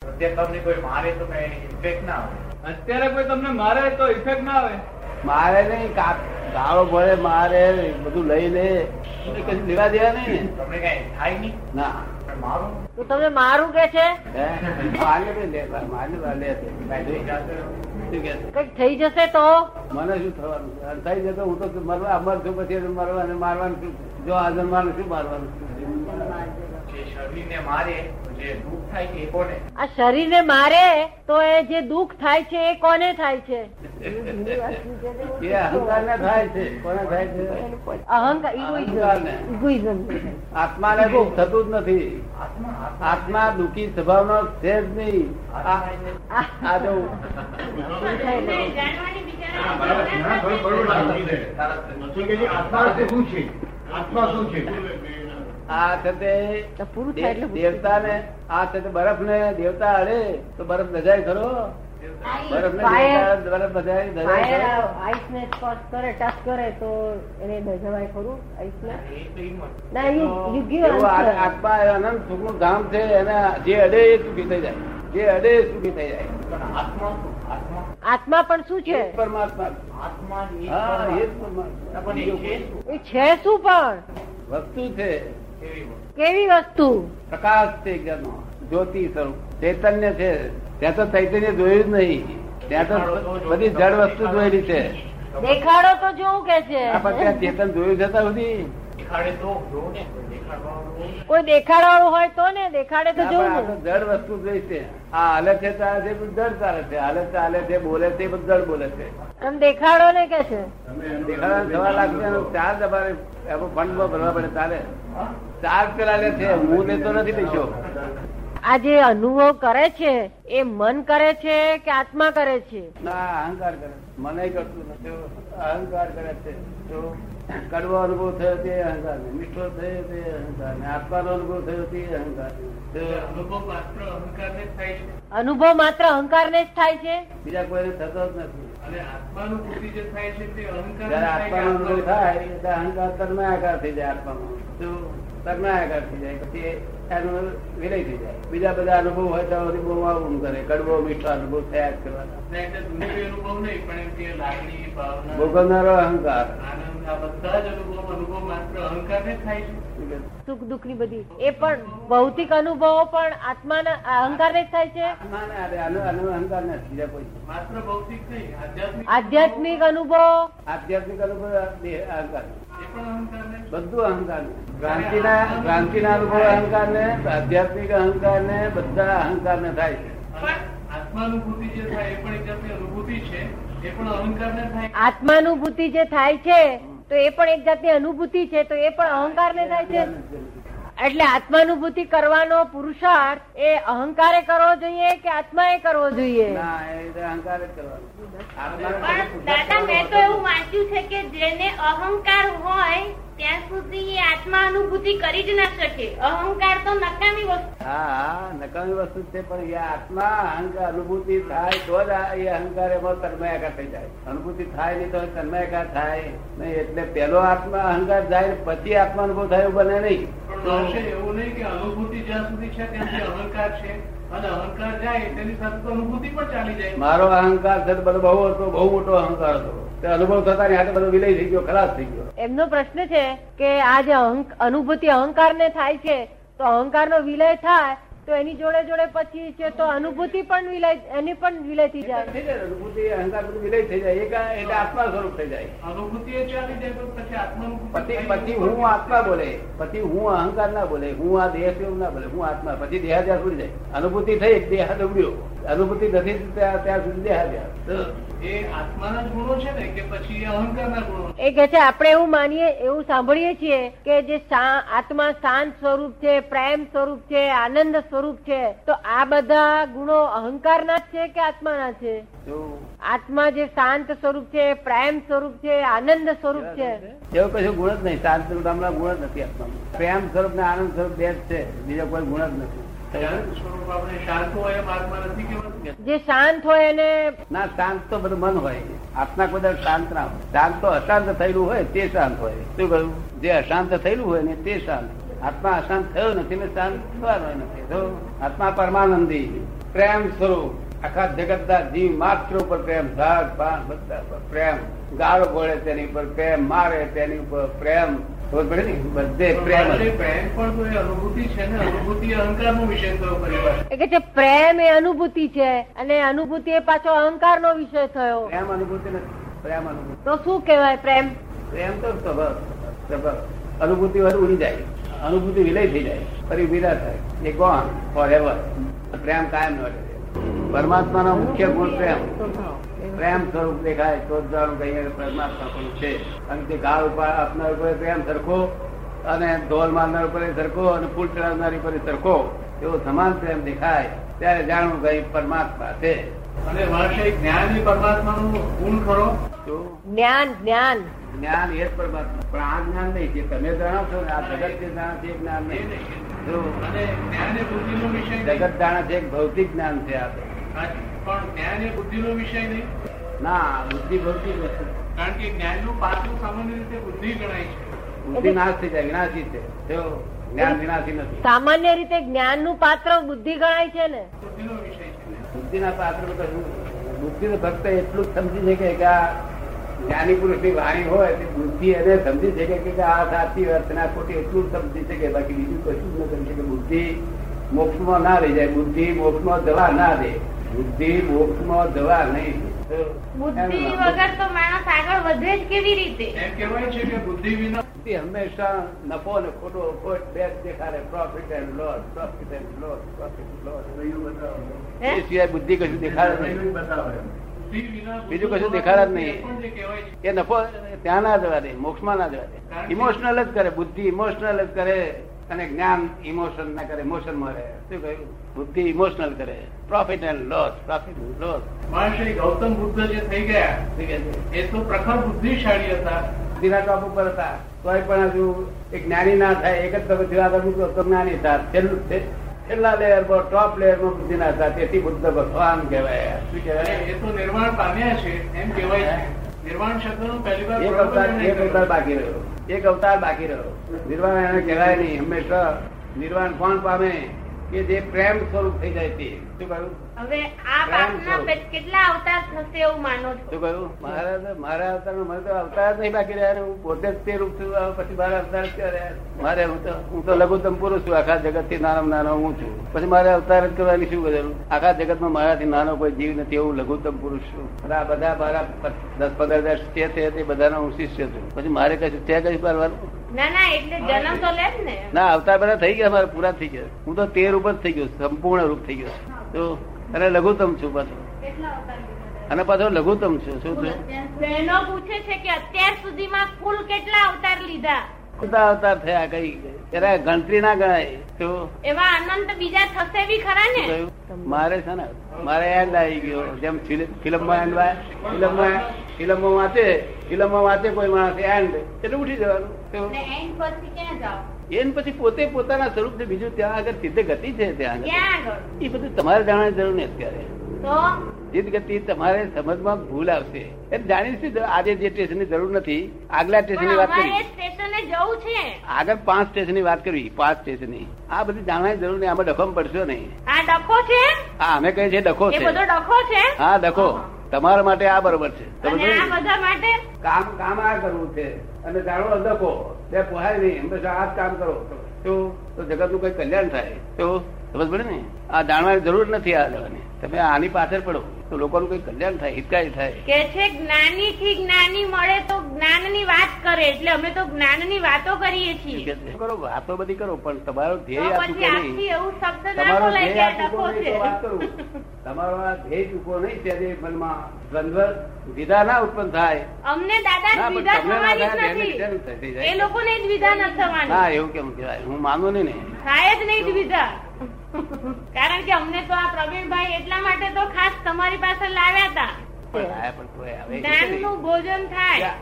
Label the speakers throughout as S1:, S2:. S1: અત્યારે તમને કોઈ મારે તો કઈ ઇફેક્ટ ના આવે
S2: અત્યારે કોઈ તમને મારે તો ઇફેક્ટ ના આવે
S3: મારે નહીં કાપ- ગાળો ભરે મારે બધું લઈ લે એટલે કશું લેવા દેવા નહીં ને
S1: તમને કઈ થાય નહીં
S3: ના
S1: પણ મારું
S4: તું તમે મારું કે છે
S3: હે? મારે નહીં લેવા મારે નહીં લે તે. કાંઈ નહીં.
S1: જાતે
S3: શું કહે છે?
S4: કઈક થઈ જશે તો
S3: મને શું થવાનું છે? થઈ જતો હું તો મરવા અમર છું પછી એને મરવા અને મારવાનું શું જો હાજર મારું શું મારવાનું
S1: જે શરીરને મારે તો જે દુઃખ થાય છે એ કોને
S4: આ શરીરને મારે તો એ જે દુઃખ થાય છે એ કોને થાય છે
S3: એ અહંકાર ને થાય છે કોને થાય છે
S4: અહંકાર
S3: અહંકારને.
S4: egoism. egoism.
S3: આત્માને દુઃખ થતું જ નથી
S1: આત્મા આત્મા
S3: આત્મા દુઃખી સ્વભાવનો છે જ નહીં આ
S4: આ
S3: આ જો
S5: આત્મા શું છે આત્મા શું છે
S3: આ છે તે
S4: તો પૂરું થાય એટલે
S3: દે-
S4: પૂરું.
S3: દેવતાને આ છે તે બરફને દેવતા અડે તો બરફ નજાય ખરો બરફને
S4: Fire.
S3: દેવતા- બરફ નજાય નજાય
S4: Fire
S3: ખરો?
S4: આ ice ને સ્પર્શ કરે touch કરે તો એને દજાવાય ખરું ice ને?
S1: એ તો એમ જ.
S4: ના you- you give
S3: એવું આ-
S4: answer.
S3: આત્મા એ અનંત સુખનું ધામ છે એને જે અડે એ સુખી થઈ જાય જે અડે એ સુખી થઈ જાય
S1: પણ આત્મા શું? આત્મા
S4: આત્મા પણ શું છે
S3: એ જ પરમાત્મા
S1: આત્મા જ એ
S3: હા એ જ
S1: પરમાત્મા.
S3: પરમાત્મા
S1: પણ એ છે શું?
S4: એ છે શું પણ
S3: વસ્તુ છે
S1: એવી વસ્તુ.
S4: કેવી વસ્તુ
S3: પ્રકાશ છે એકજાતનો. જ્યોતિ સ્વરૂપ ચૈતન્ય છે ત્યાં તો ચૈતન્ય જોયું જ નહીં ત્યાં તો બધી જળ વસ્તુ જોયેલી છે
S4: દેખાડો તો જોવું કે છે
S3: આ પણ ત્યાં ચેતન જોયું છે ત્યાં સુધી
S1: દેખાડે તો જોવું ને દેખાડવાનું
S4: કોઈ દેખાડવાળું હોય તો ને દેખાડે તો
S3: આ પણ આ
S4: જોવું
S3: તો
S4: ને.
S3: જળ વસ્તુ જોઈ છે આ હાલે છે ચાલે છે પણ જળ ચાલે છે હાલે છે હાલે છે બોલે છે પણ જળ બોલે છે
S4: તમે દેખાડો ને કે છે
S3: દેખાડા સવા લાખ છે એનો ચાર્જ અમારે એનો ફંડમાં ભરવા પડે ચાલે ચાર્જ પેલા લે છે હું લેતો નથી પૈસો
S4: આ જે અનુભવ કરે છે એ મન કરે છે કે આત્મા કરે છે
S3: ના અહંકાર કરે મને કરતું નથી અહંકાર કરે છે તો કડવો અનુભવ થયો તે અહંકાર ને મીઠો થયો તે અહંકાર ને આત્માનો અનુભવ થયો તે અહંકાર ને. તો
S1: અનુભવ માત્ર અહંકારને જ થાય છે
S4: અનુભવ માત્ર અહંકારને જ થાય છે
S3: બીજા કોઈને થતો જ નથી
S1: અને આત્માનુભૂતિ જે થાય છે તે અહંકાર
S3: જયારે આત્માનો અનુભવ થાય એટલે અહંકાર તન્માયાકાર થઈ જાય આત્મામાં તો તન્માયાકાર થઈ જાય પછી એનો વિલય થઈ જાય બીજા બધા અનુભવ હોય તો બહુ આવું કરે કડવો મીઠો અનુભવ થયા જ કરવાના
S1: અનુભવ નહીં પણ એમ કે લાગણી ભાવના
S3: ભોગવનારો અહંકાર
S1: આનંદ આ બધા જ અનુભવ અનુભવ માત્ર અહંકારને જ થાય છે
S4: સુખ દુઃખ ની બધી એ પણ ભૌતિક અનુભવો પણ આત્માના આ અહંકારને જ થાય છે
S3: આત્માને આરે અનુ- અનુ- અહંકાર નથી બીજા કોઈ
S1: માત્ર ભૌતિક નહીં આધ્યાત્મિક
S4: આધ્યાત્મિક અનુભવ
S3: આધ્યાત્મિક અનુભવ દેહ અહંકાર
S1: એ પણ અહંકારને જ
S3: બધું અહંકાર ક્રાંતિના ક્રાંતિના અનુભવ અહંકાર ને આધ્યાત્મિક અહંકાર ને બધા અહંકાર ને થાય છે
S1: અને આત્માનુભૂતિ જે થાય એ પણ એક જાતની અનુભૂતિ છે એ પણ અહંકારને થાય
S4: આત્માનુભૂતિ જે થાય છે તો એ પણ એક જાતની અનુભૂતિ છે તો એ પણ અહંકારને થાય છે એટલે આત્માનુભૂતિ કરવાનો પુરુષાર્થ એ અહંકારે કરવો જોઈએ કે આત્માએ કરવો જોઈએ
S3: ના એ રીતે અહંકાર જ કરવાનો આત્માને
S6: પણ દાદા મેં તો એવું વાંચ્યું છે કે જેને અહંકાર હોય ત્યાં સુધી એ આત્મા અનુભૂતિ કરી જ ના શકે અહંકાર તો નકામી વસ્તુ
S3: હા હા નકામી વસ્તુ જ છે પણ એ આત્મા અહંકાર અનુભૂતિ થાય તો જ આ- એ અહંકાર એમાં તન્મયાકાર થઈ જાય અનુભૂતિ થાય નહીં તો એ તન્મયાકાર થાય નહીં એટલે પેલો આત્મા અહંકાર જાય પછી આત્મા અનુભવ થાય એવું બને નહીં
S1: પણ હશે એવું નહીં કે અનુભૂતિ જ્યાં સુધી છે ત્યાં સુધી અહંકાર છે અને અહંકાર જાય તેની સાથે તો અનુભૂતિ પણ ચાલી જાય
S3: મારો અહંકાર છે તે બધો બહુ હતો બહુ મોટો અહંકાર હતો તે અનુભવ થતા ની હાથે બધો વિલય થઈ ગયો ખલાસ થઈ ગયો
S4: એમનો પ્રશ્ન છે કે આ જે અહંક- અનુભૂતિ અહંકારને થાય છે તો અહંકારનો વિલય થાય તો એની જોડે જોડે પછી છે તો અનુભૂતિ પણ વિલય એની પણ વિલય થઈ જાય
S3: થઈ જાય અનુભૂતિ અહંકાર બધું વિલય થઈ જાય એક આ- એટલે આત્મા સ્વરૂપ થઈ જાય
S1: અનુભૂતિ એ ચાલી જાય તો પછી આત્માનુભૂતિ
S3: પછી
S1: થાય.
S3: પછી હું આત્મા બોલે પછી હું અહંકાર ના બોલે હું આ દેહ છે એવું ના બોલે હું આત્મા પછી દેહાદ્યાસ ઉડી જાય અનુભૂતિ થઈ દેહ દવડ્યો અનુભૂતિ નથી તો ત્યાં ત્યાં સુધી દેહાદ્યાસ
S1: તો એ આત્માના જ ગુણો છે ને કે પછી એ અહંકારના ગુણો છે?
S4: એ કે છે આપણે એવું માનીએ એવું સાંભળીએ છીએ કે જે શા- આત્મા શાંત સ્વરૂપ છે પ્રેમ સ્વરૂપ છે આનંદ સ્વરૂપ છે તો આ બધા ગુણો અહંકારના જ છે કે આત્માના છે
S3: એવું
S4: આત્મા જે શાંત સ્વરૂપ છે પ્રેમ સ્વરૂપ છે આનંદ સ્વરૂપ છે
S3: એવું કશું ગુણ જ નહીં શાંત સ્વરૂપ નામના ગુણ જ નથી આત્મામાં પ્રેમ સ્વરૂપ ને આનંદ સ્વરૂપ બે જ છે બીજા કોઈ ગુણ જ નથી
S1: જ્ઞાન સ્વરૂપ આપણે શાંત હોય એમ આત્મા નથી કહેવાતું
S4: જે શાંત હોય એને
S3: ના શાંત તો બધું મન હોય આત્મા કોઈ દાડો શાંત ના હોય શાંત તો અશાંત થયેલું હોય તે શાંત હોય શું કહ્યું જે અશાંત થયેલું હોય ને તે શાંત આત્મા અશાંત થયો નથી ને શાંત થવાનો નથી તો આત્મા પરમાનંદી પ્રેમ સ્વરૂપ આખા જગતના જીવ માત્ર ઉપર પ્રેમ ઝાડ પાન બધા ઉપર પ્રેમ ગાળો ભળે તેની ઉપર પ્રેમ મારે તેની ઉપર પ્રેમ ખબર પડે ને? બધે પ્રેમ જ.
S1: પ્રેમ પણ તો એ અનુભૂતિ છે ને અનુભૂતિ અહંકાર નો વિષય થયો પરિવાર
S4: એ કે છે પ્રેમ એ અનુભૂતિ છે અને અનુભૂતિ એ પાછો અહંકારનો વિષય થયો
S3: પ્રેમ અનુભૂતિ નથી પ્રેમ અનુભૂતિ
S4: તો શું કહેવાય પ્રેમ
S3: પ્રેમ તો સ્વભાવ સ્વભાવ અનુભૂતિ વાર ઉડી જાય અનુભૂતિ વિલય થઈ જાય ફરી વિરા થાય એ ગોન ફોર એવર પ્રેમ કાયમ ન રહે પરમાત્માનો મુખ્ય ગુણ પ્રેમ પ્રેમ સ્વરૂપ દેખાય તો જ જાણું કે અહીંયા પરમાત્મા પણ છે અને તે ગાળ ઉપર આપનાર ઉપર પ્રેમ સરખો અને ઢોલ મારનાર ઉપર સરખો અને ફૂલ ચડાવનાર ઉપર સરખો એવો સમાન પ્રેમ દેખાય ત્યારે જાણવું કે અહીં પરમાત્મા છે
S1: અને વાર્ષિક જ્ઞાન એ પરમાત્મા નું ગુણ ખરો
S3: શું
S4: જ્ઞાન જ્ઞાન
S3: જ્ઞાન એ જ પરમાત્મા પણ આ જ્ઞાન નહીં જે તમે જાણો છો ને આ જગત જે જાણો છે એ જ્ઞાન
S1: એ
S3: નહીં
S1: નહીં.
S3: જો
S1: અને જ્ઞાન એ બુદ્ધિ નો વિષય નહીં
S3: જગત જાણે છે એક ભૌતિક જ્ઞાન છે આ તો.
S1: સાચું. પણ જ્ઞાન એ બુદ્ધિ નો વિષય નહીં
S3: ના બુદ્ધિ ભૌતિક વસ્તુ છે.
S1: કારણ કે જ્ઞાન નું પાછું સામાન્ય રીતે બુદ્ધિ ગણાય છે
S3: બુદ્ધિ નાશ થઈ જાય વિનાશી છે જો જ્ઞાન વિનાશી નથી
S4: સામાન્ય રીતે જ્ઞાન નું પાત્ર બુદ્ધિ ગણાય છે ને
S1: બુદ્ધિ નો વિષય છે
S3: બુદ્ધિના પાત્ર બધા શું? બુદ્ધિને ફક્ત એટલું જ સમજી શકે કે આ જ્ઞાની પુરુષની વાણી હોય તે બુદ્ધિ એને સમજી શકે કે આ સાચી વાત છે ને આ ખોટી એટલું જ સમજી શકે બાકી બીજું કશું જ ન સમજી શકે બુદ્ધિ મોક્ષમાં ના લઈ જાય બુદ્ધિ મોક્ષમાં જવા ના દે બુદ્ધિ મોક્ષમાં જવા નહીં દે.
S6: બુદ્ધિ
S3: એનું નામ
S6: વગર તો માણસ આગળ વધે જ કેવી રીતે
S1: એમ કહેવાય છે કે બુદ્ધિ વિના
S3: તે હંમેશા નફો અને ખોટો ખોટ બે જ દેખાડે profit and loss profit and loss profit loss
S4: હે?
S3: એ સિવાય બુદ્ધિ કશું દેખાડે નહીં
S1: બુદ્ધિ વિના બુદ્ધિ
S3: બીજું કશું દેખાડા જ
S1: એ
S3: નહીં.
S1: પણ જે કહેવાય છે
S3: એ નફો ત્યાં ના જવા દે મોક્ષમાં ના જવા દે ઇમોશનલ જ કરે બુદ્ધિ ઇમોશનલ જ કરે અને જ્ઞાન ઇમોશન ના કરે ઇમોશન મળે શું કહ્યું બુદ્ધિ ઇમોશનલ કરે profit and loss profit and loss
S1: મહાશય ગૌતમ બુદ્ધ જે થઈ ગયા એ તો પ્રખર બુદ્ધિશાળી હતા
S3: બુદ્ધિના ટોપ ઉપર હતા તોય પણ હજુ એ જ્ઞાની ના થાય એક જ તબક્કે આગળ મૂકો તો જ્ઞાની હતા છેલ્લું- છે- છેલ્લા લેયર પર ટોપ લેયર માં બુદ્ધિ ના હતા તેથી બુદ્ધ ભગવાન કહેવાય શું કહેવાય
S1: અને એ તો નિર્વાણ પામ્યા છે એમ કહેવાય છે નિર્વાણ શબ્દનું પહેલી વાર
S3: એક અવતાર
S1: પ્રયોગ
S3: એક
S1: એમણે
S3: અવતાર
S1: કર્યો.
S3: બાકી રહ્યો એક અવતાર બાકી રહ્યો નિર્વાણ એને કહેવાય નહીં હંમેશા નિર્વાણ કોણ પામે કે જે પ્રેમ સ્વરૂપ થઈ જાય તે શું કહ્યું
S6: હવે આ પાપના બે- કેટલા અવતાર થશે એવું માનો છો
S3: શું કહ્યું મહારાજ મારા અવતાર મને તો અવતાર જ નહીં બાકી રહ્યા ને. હું પોતે જ તે રૂપ છું આ પછી મારા અવતાર ક્યાં રહ્યા મારે હું તો હું તો લઘુત્તમ પુરુષ છું આખા જગત થી નાનો નાનો હું છું પછી મારે અવતાર જ કરવાની શું કરવાનું આખા જગતમાં મારાથી નાનો કોઈ જીવ નથી એવું લઘુત્તમ પુરુષ છું અને આ બધા મારા પ- દસ પંદર હજાર છે તે તે બધાનો હું શિષ્ય છું પછી મારે કશું ત્યાં કશું પાડવાનું
S6: ના ના એટલે જન્મ તો લે જ ને
S3: ના અવતાર બધા થઈ ગયા મારા પૂરા થઈ ગયા હું તો તેર ઉપર થઈ ગયો સંપૂર્ણ રૂપ થઈ ગયો છું. તો અને લઘુત્તમ છું પાછો
S6: કેટલા અવતાર
S3: અને પાછો લઘુત્તમ છું શું છું
S6: બહેનો પૂછે છે કે અત્યાર સુધીમાં કુલ કેટલા અવતાર લીધા
S3: બધા અવતાર થયા કઈ ત્યારે ગણતરી ના ગણાય તો
S6: એવા અનંત બીજા થશે બી ખરા ને
S3: શું કહ્યું? મારે છે ને મારે એન્ડ આવી ગયો જેમ ફિલ્મમાં એન્ડ વાય ફિલ્મમાં ફિલ્મો વાંચે ફિલ્મો વાંચે કોઈ માણસ એન્ડ એટલે ઉઠી જવાનું શું?
S6: એન્ડ પછી ક્યાં જાઓ
S3: એન પછી પોતે પોતાના સ્વરૂપ છે બીજું ત્યાં આગળ સિદ્ધ ગતિ છે ત્યાં આગળ
S6: ક્યાં આગળ
S3: એ બધું તમારે જાણવાની જરૂર નથી અત્યારે
S6: તો
S3: ગતિ તમારે સમજમાં ભૂલ આવશે એટલે જાણીશું તો આજે જે સ્ટેશનની જરૂર નથી આગલા સ્ટેશનની
S6: પણ
S3: વાત
S6: અમારે એ
S3: કરી
S6: સ્ટેશને જવું છે
S3: આગળ પાંચ સ્ટેશનની વાત કરવી પાંચ સ્ટેશનની આ બધી જાણવાની જરૂર નહીં આમાં ડખમ પડશો નહીં
S6: આ ડખો છે
S3: આ અમે કહીએ છીએ ડખો
S6: એ બધો
S3: છે
S6: ડખો છે
S3: હા ડખો તમારા માટે આ બરોબર છે તમે
S6: અને આ
S3: જોયું?
S6: બધા માટે
S3: કામ કામ આ કરવું છે અને જાણો ડખો બે પોહાય નહીં હંમેશા આ જ કામ કરો તો તો જગતનું કોઈ કલ્યાણ થાય તો સમજ પડે ને આ જાણવાની જરૂર નથી આ જવાની તમે આની પાછળ પડો તો લોકોનું કોઈ કલ્યાણ થાય હિતકારી થાય
S6: કે છે જ્ઞાની થી જ્ઞાની મળે તો જ્ઞાનની વાત કરે એટલે અમે તો જ્ઞાનની વાતો કરીએ છીએ
S3: કરો વાતો બધી કરો પણ તમારો
S6: તો
S3: ધ્યેય આટલું
S6: પછી
S3: કે
S6: આખી
S3: નહીં
S6: એવું શબ્દ ના
S3: તમારો
S6: બોલાય કે
S3: ધ્યેય
S6: આ
S3: આટલું કોઈ નહીં તો
S6: ડખો છે
S3: વાત કરું તમારો આ ધ્યેય ચૂકો નહીં ત્યારે એ મનમાં દ્વંદ્વ વિધા ના ઉત્પન્ન થાય
S6: અમને દાદા
S3: ના, પણ
S6: દ્વિધા
S3: તમને ના
S6: થવાની
S3: થાય,
S6: જ
S3: એને વિધાનું થાય, થઈ
S6: નથી
S3: જાય.
S6: એ લોકોને દ્વિધા ન
S3: ના
S6: થવાની
S3: એવું કેમ કહેવાય હું માનું નહીં ને
S6: થાય જ નહીં દ્વિધા કારણ કે અમને તો આ પ્રવીણભાઈ એટલા માટે તો ખાસ તમારી પાસે લાવ્યા હતા
S3: પણ આ પણ કોઈ આવે એ
S6: જ્ઞાનનું
S3: નહીં.
S6: ભોજન થાય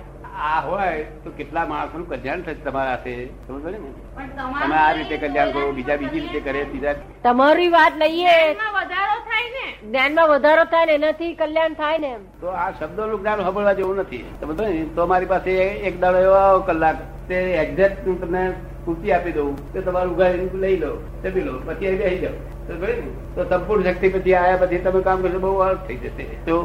S3: આ હોય તો કેટલા માણસોનું કલ્યાણ થશે તમારા હાથે સમજ પડી ને
S6: પણ
S3: તમે આ રીતે કલ્યાણ કરો બીજા બીજી રીતે કરે બીજા
S4: તમારી વાત લઈએ
S6: જ્ઞાનમાં વધારો થાય ને
S4: જ્ઞાનમાં વધારો થાય ને એનાથી કલ્યાણ થાય ને એમ
S3: તો આ શબ્દોનું જ્ઞાન સાંભળવા જેવું નથી સમજ પડી ને? તો મારી પાસે એક દાડો એવો આવ્યો કલાક તે એક્ઝેક્ટ હું તમને પૂરતી આપી દઉં તો તમારું ઉઘાડી લઈ લો જમી લો પછી અહીં બેસી જાઓ તો સમજ્યું ને? તો સંપૂર્ણ શક્તિ પછી આયા પછી તમે કામ કરશો બહુ અર્થ થઈ જશે તો